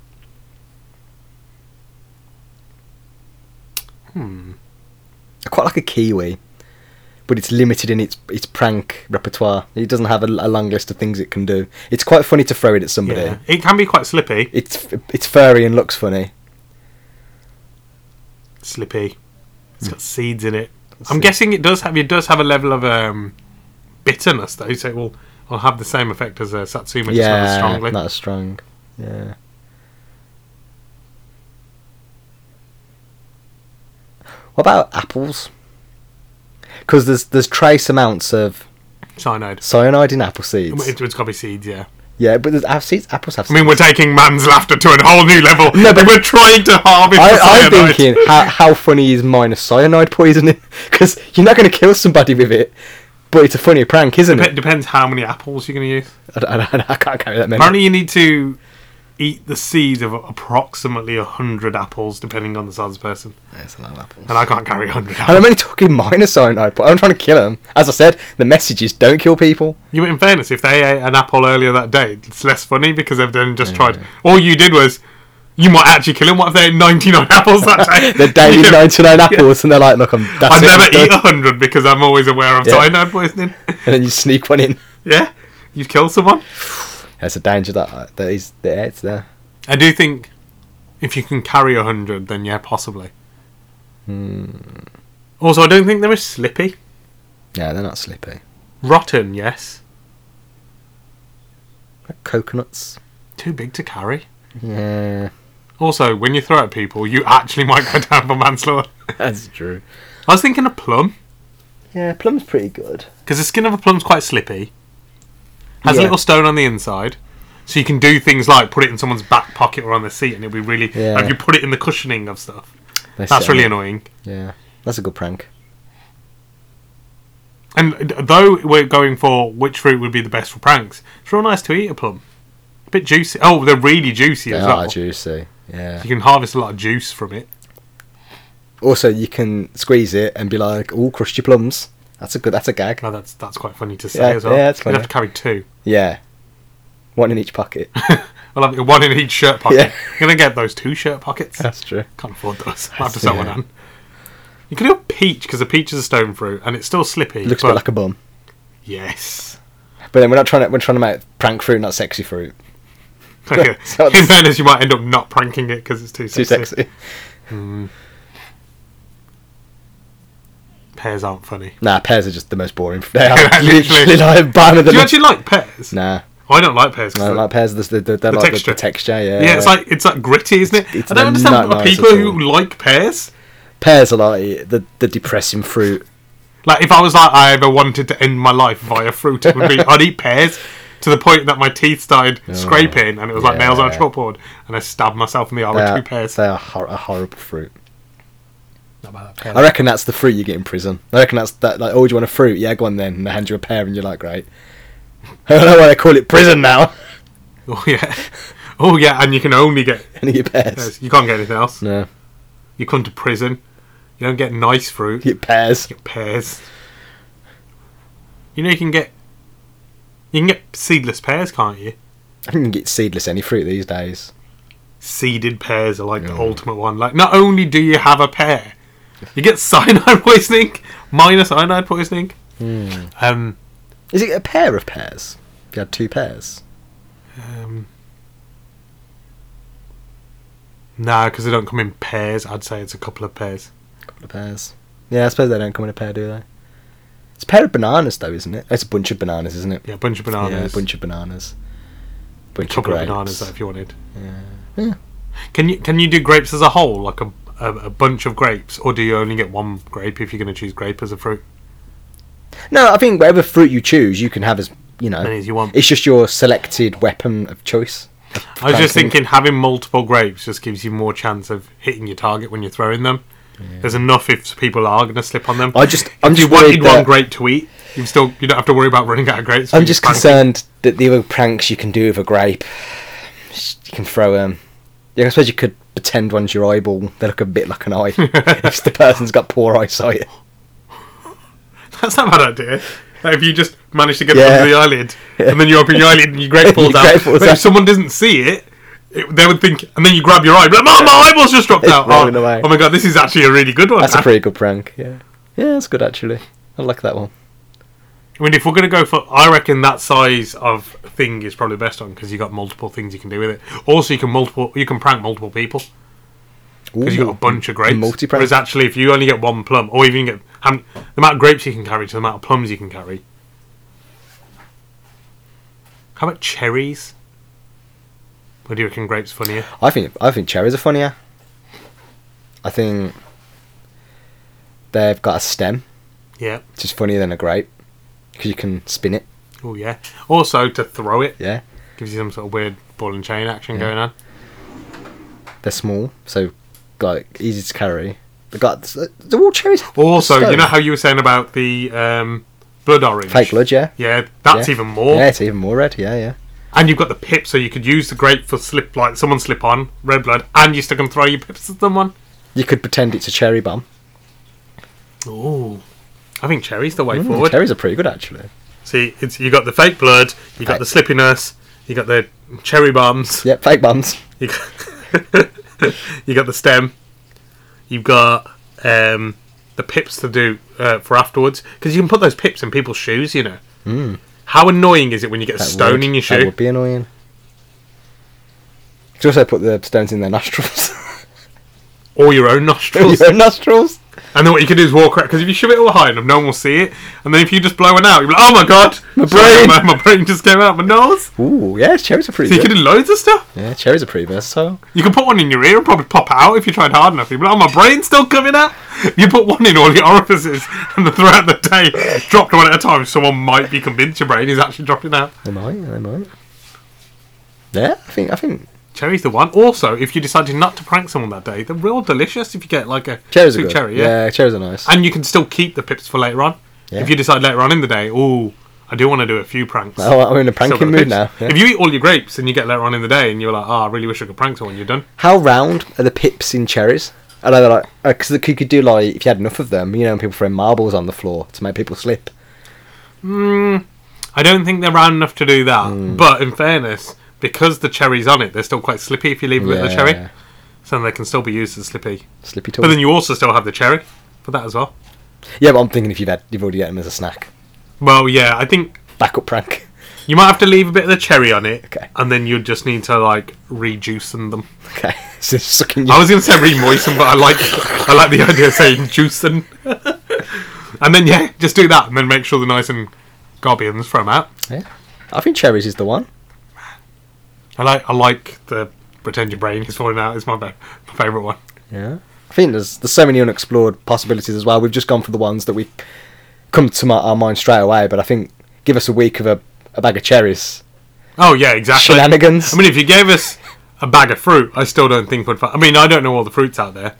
Speaker 1: I quite like a kiwi, but it's limited in its its prank repertoire. It doesn't have a, a long list of things it can do. It's quite funny to throw it at somebody.
Speaker 2: Yeah. It can be quite slippy.
Speaker 1: It's it's furry and looks funny.
Speaker 2: slippy. It's got seeds in it. I'm guessing it does have it does have a level of um, bitterness though, so it will will have the same effect as a satsuma, just not as
Speaker 1: yeah,
Speaker 2: strongly.
Speaker 1: not as strong. Yeah. What about apples? Because there's there's trace amounts of
Speaker 2: Cyanide.
Speaker 1: cyanide in apple seeds.
Speaker 2: It, it's got to be seeds, yeah.
Speaker 1: Yeah, but there's apple seeds. Apples have.
Speaker 2: I
Speaker 1: Seeds.
Speaker 2: mean, we're taking man's laughter to a whole new level.
Speaker 1: No, but-
Speaker 2: we're trying to harvest. the
Speaker 1: I, I'm
Speaker 2: cyanide.
Speaker 1: thinking, how, how funny is minus cyanide poisoning? Because you're not going to kill somebody with it, but it's a funny prank, isn't
Speaker 2: Dep-
Speaker 1: it?
Speaker 2: depends how many apples you're going to use.
Speaker 1: I, don't- I, don't- I can't carry that many.
Speaker 2: Apparently, you need to eat the seeds of approximately hundred apples, depending on the size of the person.
Speaker 1: That's a lot of apples.
Speaker 2: And I can't carry hundred.
Speaker 1: And I'm only talking minus cyanide. But I'm trying to kill them. As I said, the message is don't kill people.
Speaker 2: You, in fairness, if they ate an apple earlier that day, it's less funny because they've then just tried. All you did was, you might actually kill him. What if they ate 99 apples that day?
Speaker 1: They're daily
Speaker 2: You know,
Speaker 1: 99 apples, and they're like, look, I'm. That's
Speaker 2: I
Speaker 1: it, I'm
Speaker 2: never
Speaker 1: done.
Speaker 2: eat 100 because I'm always aware of
Speaker 1: Yeah.
Speaker 2: cyanide poisoning.
Speaker 1: And then you sneak one in.
Speaker 2: yeah, you kill someone.
Speaker 1: There's a danger that that is there. It's there.
Speaker 2: I do think if you can carry 100, then yeah, possibly.
Speaker 1: Hmm.
Speaker 2: Also, I don't think there is slippy.
Speaker 1: Yeah, they're not sleepy.
Speaker 2: Rotten, yes.
Speaker 1: Coconuts.
Speaker 2: Too big to carry.
Speaker 1: Yeah,
Speaker 2: Also, when you throw at people, you actually might go down for manslaughter.
Speaker 1: that's true.
Speaker 2: I was thinking a plum.
Speaker 1: Yeah, plum's pretty good.
Speaker 2: Because the skin of a plum's quite slippy. Has a
Speaker 1: Yeah.
Speaker 2: little stone on the inside. So you can do things like put it in someone's back pocket or on their seat and it'll be really
Speaker 1: Yeah.
Speaker 2: like you put it in the cushioning of stuff.
Speaker 1: They
Speaker 2: That's
Speaker 1: sit on
Speaker 2: really
Speaker 1: it.
Speaker 2: annoying.
Speaker 1: Yeah, that's a good prank.
Speaker 2: And though we're going for which fruit would be the best for pranks, it's real nice to eat a plum. A bit juicy. Oh, they're really juicy
Speaker 1: They
Speaker 2: as
Speaker 1: are
Speaker 2: well.
Speaker 1: juicy. Yeah.
Speaker 2: You can harvest a lot of juice from it.
Speaker 1: Also, you can squeeze it and be like, "Oh, crushed your plums." That's a good. That's a gag.
Speaker 2: Oh, that's that's quite funny to say
Speaker 1: Yeah,
Speaker 2: as well.
Speaker 1: yeah, that's
Speaker 2: You'd
Speaker 1: funny.
Speaker 2: have to carry two.
Speaker 1: Yeah. One in each pocket.
Speaker 2: I'll have one in each shirt pocket.
Speaker 1: Yeah.
Speaker 2: You're gonna get those two shirt pockets.
Speaker 1: that's true.
Speaker 2: Can't afford those. I'll have to sell one on. You could do a peach because a peach is a stone fruit and it's still slippy.
Speaker 1: It looks a
Speaker 2: but
Speaker 1: bit like a bum.
Speaker 2: yes.
Speaker 1: But then we're not trying to. We're trying to make prank fruit, not sexy fruit.
Speaker 2: Okay.
Speaker 1: So
Speaker 2: In
Speaker 1: it's-
Speaker 2: fairness, you might end up not pranking it because it's too
Speaker 1: Too
Speaker 2: sexy.
Speaker 1: sexy.
Speaker 2: Pears aren't funny.
Speaker 1: Nah, pears are just the most boring. They are
Speaker 2: Literally.
Speaker 1: literally like
Speaker 2: Do
Speaker 1: banner the.
Speaker 2: you actually like pears?
Speaker 1: nah,
Speaker 2: I don't like pears. 'cause
Speaker 1: I don't
Speaker 2: they're-
Speaker 1: like pears. They're, they're, they're like
Speaker 2: texture.
Speaker 1: The, the texture. Yeah,
Speaker 2: yeah, it's like it's like gritty, isn't it?
Speaker 1: it's
Speaker 2: I don't
Speaker 1: not
Speaker 2: understand
Speaker 1: nice
Speaker 2: people
Speaker 1: at
Speaker 2: who like pears.
Speaker 1: pears are like the the depressing fruit.
Speaker 2: Like if I was like I ever wanted to end my life via fruit, it would be I'd eat pears to the point that my teeth started scraping and it was like nails on a
Speaker 1: Oh, yeah.
Speaker 2: chalkboard, and I stabbed myself in the eye
Speaker 1: They
Speaker 2: with
Speaker 1: are,
Speaker 2: two pears.
Speaker 1: they are hor- a horrible fruit.
Speaker 2: Not bad, pears.
Speaker 1: I reckon that's the fruit you get in prison. I reckon that's that. Like, oh, do you want a fruit? Yeah, go on then. And they hand you a pear, and you're like, great. I don't know why they call it prison now.
Speaker 2: Oh yeah, oh yeah, and you can only get
Speaker 1: and you get pears.
Speaker 2: pears. You can't get anything else.
Speaker 1: No,
Speaker 2: You come to prison, you don't get nice fruit.
Speaker 1: you get pears.
Speaker 2: get pears. You know you can get you can get seedless pears, can't you?
Speaker 1: I think you can get seedless any fruit these days.
Speaker 2: Seeded pears are like the ultimate one. Like not only do you have a pear, you get cyanide poisoning, minor cyanide poisoning. Um,
Speaker 1: Is it a pair of pears? If you had two pairs.
Speaker 2: um Nah, because they don't come in pairs. I'd say it's a couple of pairs.
Speaker 1: couple of pears. Yeah, I suppose they don't come in a pair, do they? It's a pair of bananas, though, isn't it? It's a bunch of bananas, isn't it?
Speaker 2: Yeah, a bunch of bananas.
Speaker 1: Yeah, a bunch of bananas. Bunch
Speaker 2: couple
Speaker 1: of
Speaker 2: of
Speaker 1: grapes.
Speaker 2: bananas though, if you wanted.
Speaker 1: Yeah. Yeah.
Speaker 2: Can you can you do grapes as a whole, like a, a a bunch of grapes, or do you only get one grape if you're going to choose grape as a fruit?
Speaker 1: No, I think whatever fruit you choose, you can have as you know.
Speaker 2: Many as you want.
Speaker 1: It's just your selected weapon of choice.
Speaker 2: I was just
Speaker 1: Planting.
Speaker 2: thinking having multiple grapes just gives you more chance of hitting your target when you're throwing them. There's enough if people are going to slip on them.
Speaker 1: I just- I'm
Speaker 2: if you
Speaker 1: just worried
Speaker 2: wanted one
Speaker 1: that-
Speaker 2: grape to eat, you still you don't have to worry about running out of grapes.
Speaker 1: I'm
Speaker 2: when
Speaker 1: just
Speaker 2: you're
Speaker 1: concerned that the other pranks you can do with a grape, you can throw them. Yeah, I suppose you could pretend one's your eyeball. They look a bit like an eye. if the person's got poor eyesight.
Speaker 2: planting. That's not a bad idea. Like, if you just manage to get it
Speaker 1: Yeah.
Speaker 2: under the eyelid, and then you open your eyelid and your grape
Speaker 1: Your
Speaker 2: falls out,
Speaker 1: grape falls
Speaker 2: but if
Speaker 1: out.
Speaker 2: someone doesn't see it, it, they would think, and then you grab your eye, but oh, my eyeball's just dropped
Speaker 1: It's
Speaker 2: out. Oh,
Speaker 1: rolling away.
Speaker 2: oh my god, this is actually a really good one.
Speaker 1: That's a pretty good prank. Yeah, yeah, that's good actually. I like that one.
Speaker 2: I mean, if we're going to go for, I reckon that size of thing is probably the best one because you got multiple things you can do with it. Also, you can multiple, you can prank multiple people because you got a bunch of grapes.
Speaker 1: multi-prank.
Speaker 2: Whereas actually, if you only get one plum, or even get how many- the amount of grapes you can carry to the amount of plums you can carry. How about cherries? Or do you reckon grapes funnier?
Speaker 1: I think I think cherries are funnier. I think they've got a stem,
Speaker 2: Yeah.
Speaker 1: which is funnier than a grape because you can spin it.
Speaker 2: Oh yeah. Also, to throw it
Speaker 1: Yeah,
Speaker 2: gives you some sort of weird ball and chain action going on.
Speaker 1: they're small, so like easy to carry. They got the all cherries. have
Speaker 2: Also, you
Speaker 1: stone.
Speaker 2: know how you were saying about the um, blood orange.
Speaker 1: fake blood, yeah.
Speaker 2: Yeah, that's
Speaker 1: Yeah.
Speaker 2: even more.
Speaker 1: Yeah, it's even more red. Yeah, yeah.
Speaker 2: And you've got the pip, so you could use the grape for slip, like someone slip on red blood, and you still can throw your pips at someone.
Speaker 1: You could pretend it's a cherry bomb.
Speaker 2: Ooh, I think cherry's the way
Speaker 1: Mm,
Speaker 2: forward.
Speaker 1: cherries are pretty good actually.
Speaker 2: See, it's you got the fake blood, you got the slippiness, you got the cherry bombs,
Speaker 1: Yeah, fake bombs.
Speaker 2: you got, you got the stem, you've got um, the pips to do uh, for afterwards because you can put those pips in people's shoes. You know, how annoying is it when you get a
Speaker 1: Hmm. That
Speaker 2: stone
Speaker 1: would-
Speaker 2: in your
Speaker 1: That
Speaker 2: shoe?
Speaker 1: would be annoying. You could also put the stones in their nostrils.
Speaker 2: or your own nostrils?
Speaker 1: Your nostrils.
Speaker 2: And then what you can do is walk around because if you shove it all high enough, no one will see it. And then if you just blow one out, you're like, "Oh my god, my
Speaker 1: brain!"
Speaker 2: my, my brain just came out my nose."
Speaker 1: Ooh, yeah, cherries are pretty
Speaker 2: So you
Speaker 1: good.
Speaker 2: can do loads of stuff.
Speaker 1: Yeah, cherries are pretty versatile.
Speaker 2: You can put one in your ear and probably pop out if you tried hard enough. You're like, "Oh, my brain's still coming out." You put one in all your orifices, and then throughout the day, dropped one at a time. Someone might be convinced your brain is actually dropping out.
Speaker 1: They might, they might. Yeah, I think I think
Speaker 2: Cherry's the one. Also, if you decided not to prank someone that day, they're real delicious. If you get like a
Speaker 1: cherries are
Speaker 2: sweet
Speaker 1: good.
Speaker 2: cherry,
Speaker 1: cherries are nice.
Speaker 2: and you can still keep the pips for later on.
Speaker 1: Yeah.
Speaker 2: If you decide later on in the day, oh, I do want to do a few pranks.
Speaker 1: Oh, I'm in a
Speaker 2: Still got
Speaker 1: pranking
Speaker 2: the
Speaker 1: mood
Speaker 2: pips.
Speaker 1: now. yeah.
Speaker 2: If you eat all your grapes and you get later on in the day and you're like, oh, I really wish I could prank someone, you're done.
Speaker 1: How round are the pips in cherries? I know they're like because you could do like if you had enough of them, you know, and people throwing marbles on the floor to make people slip.
Speaker 2: I don't think they're round enough to do that.
Speaker 1: Hmm.
Speaker 2: But in fairness, because the cherry's on it, they're still quite slippy if you leave a bit of the cherry.
Speaker 1: Yeah.
Speaker 2: So they can still be used as slippy.
Speaker 1: Slippy
Speaker 2: But then
Speaker 1: toys.
Speaker 2: you also still have the cherry for that as well.
Speaker 1: Yeah, but I'm thinking if you've had, you've already had them as a snack.
Speaker 2: Well, yeah, I think
Speaker 1: Backup prank.
Speaker 2: you might have to leave a bit of the cherry on it.
Speaker 1: Okay.
Speaker 2: And then you'd just need to, like, rejuicen them.
Speaker 1: Okay, so sucking.
Speaker 2: I
Speaker 1: Your,
Speaker 2: was going to say remoisten, but I like I like the idea of saying juicing. and then yeah, just do that, and then make sure they're nice and goblins from out.
Speaker 1: Yeah. I think cherries is the one.
Speaker 2: I like I like the pretend your brain is falling out. It's my, fa- my favorite one.
Speaker 1: Yeah. I think there's there's so many unexplored possibilities as well. We've just gone for the ones that we come to my, our mind straight away. But I think give us a week of a, a bag of cherries,
Speaker 2: Oh yeah, exactly.
Speaker 1: shenanigans.
Speaker 2: I mean, if you gave us a bag of fruit, I still don't think would. Fa- I mean, I don't know all the fruits out there.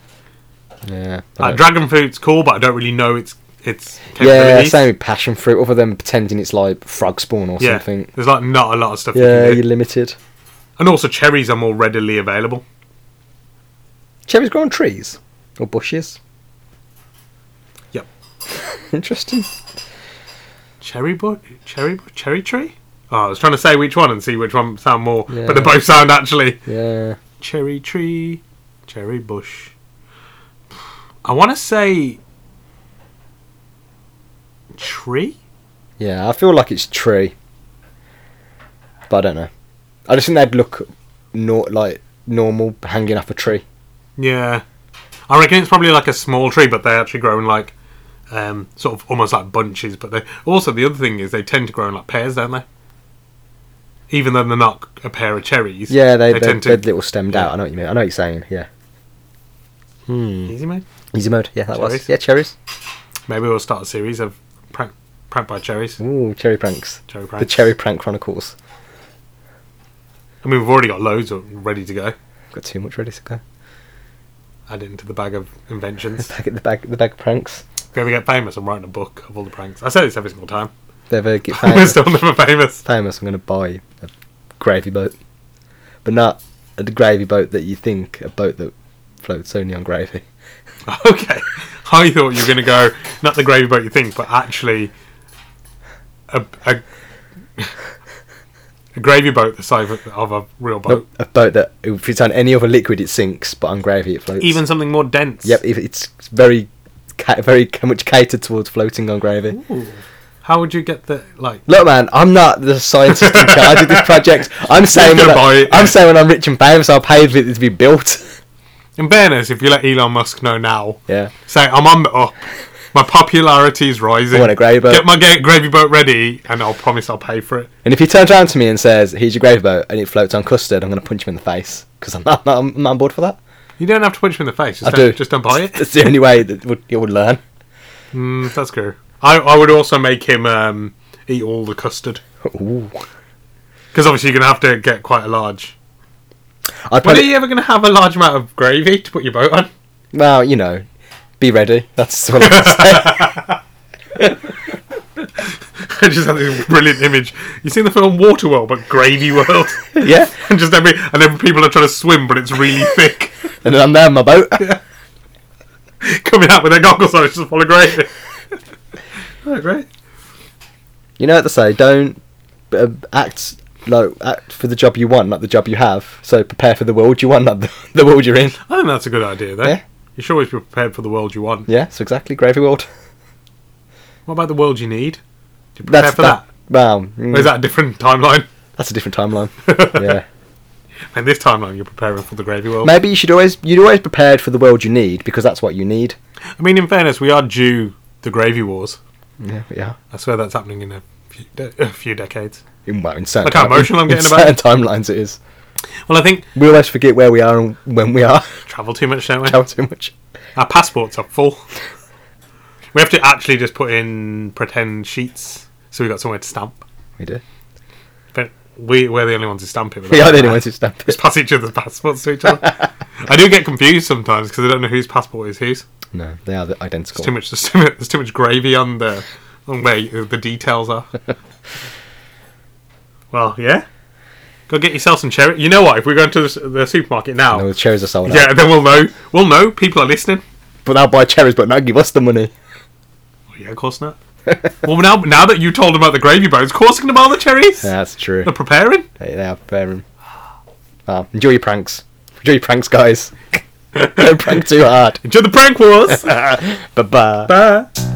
Speaker 1: yeah. I
Speaker 2: Like,
Speaker 1: don't-
Speaker 2: dragon fruit's cool, but I don't really know its its
Speaker 1: yeah.
Speaker 2: capabilities.
Speaker 1: Same with passion fruit, other than pretending it's like frog spawn or
Speaker 2: Yeah,
Speaker 1: something.
Speaker 2: there's like not a lot of stuff.
Speaker 1: Yeah,
Speaker 2: you can
Speaker 1: you're
Speaker 2: do.
Speaker 1: limited.
Speaker 2: and also cherries are more readily available.
Speaker 1: Cherries grow on trees or bushes.
Speaker 2: Yep.
Speaker 1: Interesting.
Speaker 2: Cherry bush, cherry bu- cherry tree. Oh, I was trying to say which one and see which one sound more,
Speaker 1: Yeah.
Speaker 2: but they both sound actually
Speaker 1: Yeah.
Speaker 2: cherry tree, cherry bush. I want to say tree.
Speaker 1: Yeah, I feel like it's tree. But I don't know. I just think they'd look nor- like normal hanging up a tree.
Speaker 2: Yeah, I reckon it's probably like a small tree, but they actually grow in like um, sort of almost like bunches. But they also the other thing is they tend to grow in like pairs, don't they? Even though they're not a pair of cherries.
Speaker 1: Yeah, they, they,
Speaker 2: tend
Speaker 1: they, are
Speaker 2: to.
Speaker 1: little stemmed out. I know what you mean. I know what you're saying. Yeah. Hmm.
Speaker 2: Easy mate.
Speaker 1: Easy mode. Yeah, that was.
Speaker 2: Cherries.
Speaker 1: Yeah, cherries.
Speaker 2: Maybe we'll start a series of prank, prank by cherries.
Speaker 1: Ooh, cherry pranks.
Speaker 2: Cherry
Speaker 1: The
Speaker 2: pranks.
Speaker 1: Cherry Prank Chronicles.
Speaker 2: I mean, we've already got loads al- ready to go.
Speaker 1: Got too much ready to go.
Speaker 2: Add it into the bag of inventions.
Speaker 1: Back at the bag, the bag of pranks.
Speaker 2: if we ever get famous, I'm writing a book of all the pranks. I say this every single time.
Speaker 1: If they ever get
Speaker 2: We're
Speaker 1: famous,
Speaker 2: still never famous.
Speaker 1: famous, I'm going to buy a gravy boat, but not a gravy boat that you think a boat that floats only on gravy.
Speaker 2: Okay. I thought you were going to go, not the gravy boat you think, but actually a, a, a gravy boat the size of, of a real boat.
Speaker 1: Not a boat that if it's on any other liquid it sinks, but on gravy it floats.
Speaker 2: Even something more dense.
Speaker 1: yep, if it's very, ca- very ca- much catered towards floating on gravy.
Speaker 2: Ooh. How would you get the, like,
Speaker 1: Look, man, I'm not the scientist in charge of this project. I'm saying
Speaker 2: gonna
Speaker 1: when
Speaker 2: buy
Speaker 1: I,
Speaker 2: it.
Speaker 1: I'm saying when I'm rich and famous, I'll pay for it to be built.
Speaker 2: in fairness, if you let Elon Musk know now,
Speaker 1: yeah,
Speaker 2: say, I'm on the up, my popularity is rising.
Speaker 1: I want a gravy boat.
Speaker 2: Get my ga- gravy boat ready, and I'll promise I'll pay for it.
Speaker 1: And if he turns around to me and says, "Here's your gravy boat," and it floats on custard, I'm going to punch him in the face because I'm not, not, I'm not on board for that.
Speaker 2: You don't have to punch him in the face. Just
Speaker 1: I
Speaker 2: don't,
Speaker 1: do.
Speaker 2: Just don't buy it.
Speaker 1: That's the only way that would, you would learn.
Speaker 2: Mm, that's good. I, I would also make him um, eat all the custard.
Speaker 1: Ooh.
Speaker 2: Because obviously you're going to have to get quite a large.
Speaker 1: I'd
Speaker 2: When are
Speaker 1: probably,
Speaker 2: you ever going to have a large amount of gravy to put your boat on?
Speaker 1: well, you know, be ready. That's all I'm going to say.
Speaker 2: I just had this brilliant image. You seen the film Waterworld, but Gravy World,
Speaker 1: yeah,
Speaker 2: and just every and every people are trying to swim, but it's really thick,
Speaker 1: and then I'm there in my boat.
Speaker 2: coming out with their goggles on, it's just full of gravy. oh, great.
Speaker 1: You know what they say: don't uh, act like act for the job you want, not the job you have. So prepare for the world you want, not the, the world you're in.
Speaker 2: I think that's a good idea, though.
Speaker 1: Yeah.
Speaker 2: You should always be prepared for the world you want.
Speaker 1: Yeah, so exactly, gravy world.
Speaker 2: What about the world you need? Do you prepare
Speaker 1: That's
Speaker 2: for
Speaker 1: that.
Speaker 2: that?
Speaker 1: Wow,
Speaker 2: Or is that Mm. a different timeline?
Speaker 1: that's a different timeline. yeah.
Speaker 2: And this timeline, you're preparing for the gravy world.
Speaker 1: Maybe you should always you'd always prepared for the world you need because that's what you need.
Speaker 2: I mean, in fairness, we are due the gravy wars.
Speaker 1: Yeah, yeah.
Speaker 2: I swear that's happening in a few, de- a few decades.
Speaker 1: In, well, in certain
Speaker 2: Look how emotional I'm
Speaker 1: in
Speaker 2: getting about
Speaker 1: certain timelines it is.
Speaker 2: Well, I think
Speaker 1: We always forget where we are and when we are.
Speaker 2: travel too much, don't we?
Speaker 1: Travel too much.
Speaker 2: Our passports are full. we have to actually just put in pretend sheets so we've got somewhere to stamp.
Speaker 1: We do.
Speaker 2: But we, we're the only ones who stamp it.
Speaker 1: We are the only ones who stamp
Speaker 2: Just
Speaker 1: it.
Speaker 2: pass each other's passports to each other. I do get confused sometimes because I don't know whose passport is whose.
Speaker 1: No, they are the identical.
Speaker 2: Too much, there's, too much, there's too much gravy on the on where the details are. well, yeah. Go get yourself some cherry. You know what? If we go into the, s- the supermarket now,
Speaker 1: No, the cherries are sold out.
Speaker 2: yeah, then we'll know. We'll know. People are listening.
Speaker 1: But they'll buy cherries but not give us the money.
Speaker 2: Oh, yeah, of course not. well, now now that you told them about the gravy bones, of course they're gonna buy the cherries.
Speaker 1: Yeah, that's true.
Speaker 2: They're preparing.
Speaker 1: They, they are very Wow. Enjoy your pranks. Enjoy your pranks, guys. Don't prank too hard.
Speaker 2: Enjoy the prank wars.
Speaker 1: Bye bye.
Speaker 2: Bye.